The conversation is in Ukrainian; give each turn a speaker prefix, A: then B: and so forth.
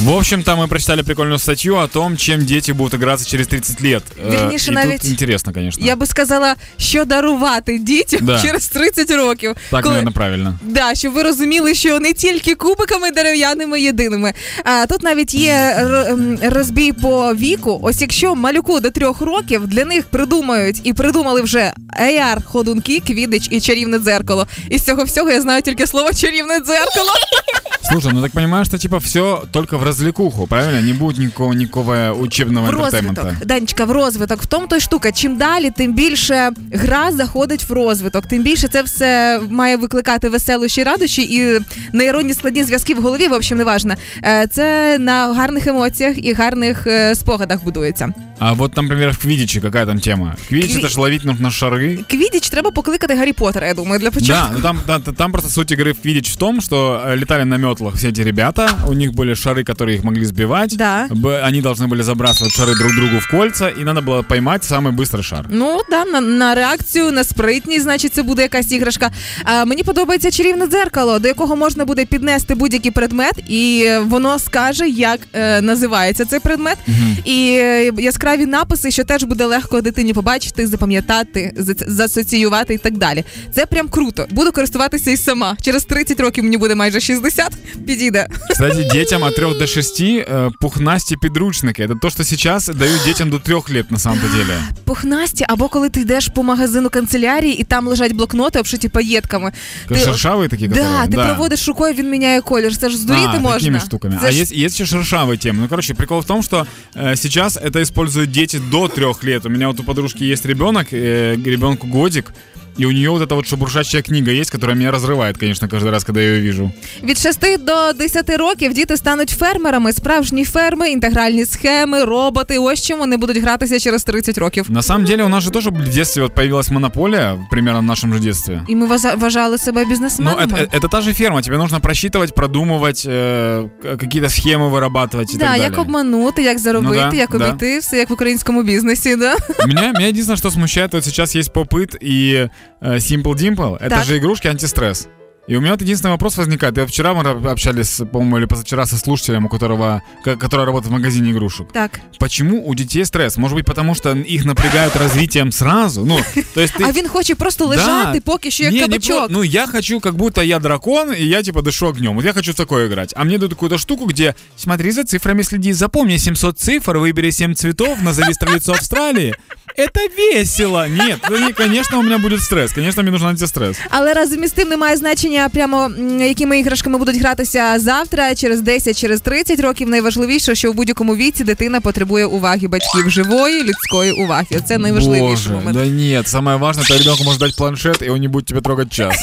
A: В общем-то, мы прочитали прикольную статью о том, чем дети будут играться через 30 лет. Е,
B: Вірніше,
A: і
B: навіть-
A: тут Интересно, конечно.
B: Я би сказала, що дарувати дітям
A: Да.
B: через 30 років.
A: Так,
B: коли-
A: наверное, правильно.
B: Да, щоб ви розуміли, що не тільки кубиками дерев'яними єдиними. А тут навіть є р- м, розбій по віку. Ось якщо малюку до трьох років для них придумають і придумали вже AR, ходунки, квідич і чарівне дзеркало. І з цього всього я знаю тільки слово чарівне дзеркало.
A: Слушай, ну так понимаешь, что типа все только в развлекуху, правильно? Не будет никакого, никакого учебного
B: В
A: интертеймента.
B: розвиток. Данечка, в розвиток. В тому то й штука. Чим далі, тим більше гра заходить в розвиток. Тим більше це все має викликати веселощі, радощі і нейронні складні зв'язки в голові. В общем, не важно. Це на гарних емоціях і гарних е, спогадах будується.
A: А вот, например, в Квидиче какая там тема? Квидич
B: Кви-
A: это ж ловить нужно шары.
B: Квідіч треба покликати Гаррі Поттера, я думаю, для початку.
A: Да, ну там, да, та- там просто суть игры в Квидич в том, что э, летали на метлах все эти ребята, у них были шары, которые их могли сбивать.
B: Да.
A: Б- Они должны были забрасывать шары друг другу в кольца, и надо было поймать самый быстрый шар.
B: Ну да, на, на реакцію, на спритність, значить, це буде якась іграшка. А, мені подобається чарівне дзеркало, до якого можна буде піднести будь-який предмет, і е, воно скаже, як е, називається цей предмет, і е, яскраві написи, що теж буде легко дитині побачити, запам'ятати, за- засоціювати і так далі. Це прям круто. Буду користуватися і сама. Через 30 років мені буде майже 60, підійде.
A: Кстати, детям от 3 до 6 э, пухнасти подручники. Это то, что сейчас дают детям до 3 лет на самом-то деле.
B: Пухнасті, або коли ти йдеш по магазину канцелярії і там лежать блокноти, обшиті паєтками. Ти-
A: Шершавые такие,
B: Да,
A: которые...
B: ти проводиш рукою, він міняє колір. Це ж здуріти
A: а,
B: можна.
A: такими штуками.
B: Це
A: а
B: ж-
A: есть, есть еще шершавые темы. Ну, короче, прикол в том, что э, сейчас это используют дети до трех лет. У меня вот у подружки есть ребенок, э, ребенку годик, и у нее вот эта вот шебуршачья книга есть, которая меня разрывает, конечно, каждый раз, когда я ее вижу.
B: Від 6 до 10 років діти стануть фермерами. Справжні ферми, інтегральні схеми, роботи. Ось чим вони будуть гратися через 30 років.
A: На самом деле, у нас же тоже в детстве вот появилась монополия, примерно в нашем же детстве.
B: І ми ваза- вважали себе
A: Ну,
B: бізнесменами.
A: это, это та же ферма, тебе нужно просчитывать, продумывать, э, к- какие-то схемы вырабатывать и так
B: Да,
A: далее.
B: як обманути, як заробити,
A: Ну да,
B: як
A: да.
B: обійти, все як в українському бізнесі. Да?
A: Меня, меня единственное, что смущает, вот сейчас есть попыт и э, Simple Dimple. Это
B: Так.
A: же игрушки антистресс. И у меня вот единственный вопрос возникает. Я вчера мы ра- общались, по-моему, или позавчера со слушателем, у которого, ко- который работает в магазине игрушек.
B: Так.
A: Почему у детей стресс? Может быть, потому что их напрягают развитием сразу? Ну, то есть ты...
B: А він хоче просто лежати, поки що як
A: Не, не
B: кабачок.
A: про- ну, я хочу, как будто я дракон, и я, типа, дышу огнем. Вот я хочу в такое играть. А мне дают какую-то штуку, где смотри за цифрами, следи, запомни 700 цифр, выбери 7 цветов, назови столицу Австралии. Это весело. Нет, ну, не, конечно, у меня будет стресс. Конечно, мне нужен антистресс.
B: Але разом із тим немає значення прямо м, якими іграшками будуть гратися завтра, через 10, через 30 років. Найважливіше, що в будь-якому віці дитина потребує уваги батьків живої людської уваги. Це найважливіший
A: Боже,
B: момент.
A: да нет, самое важное, это ребенку может дать планшет, и он не будет тебя трогать час.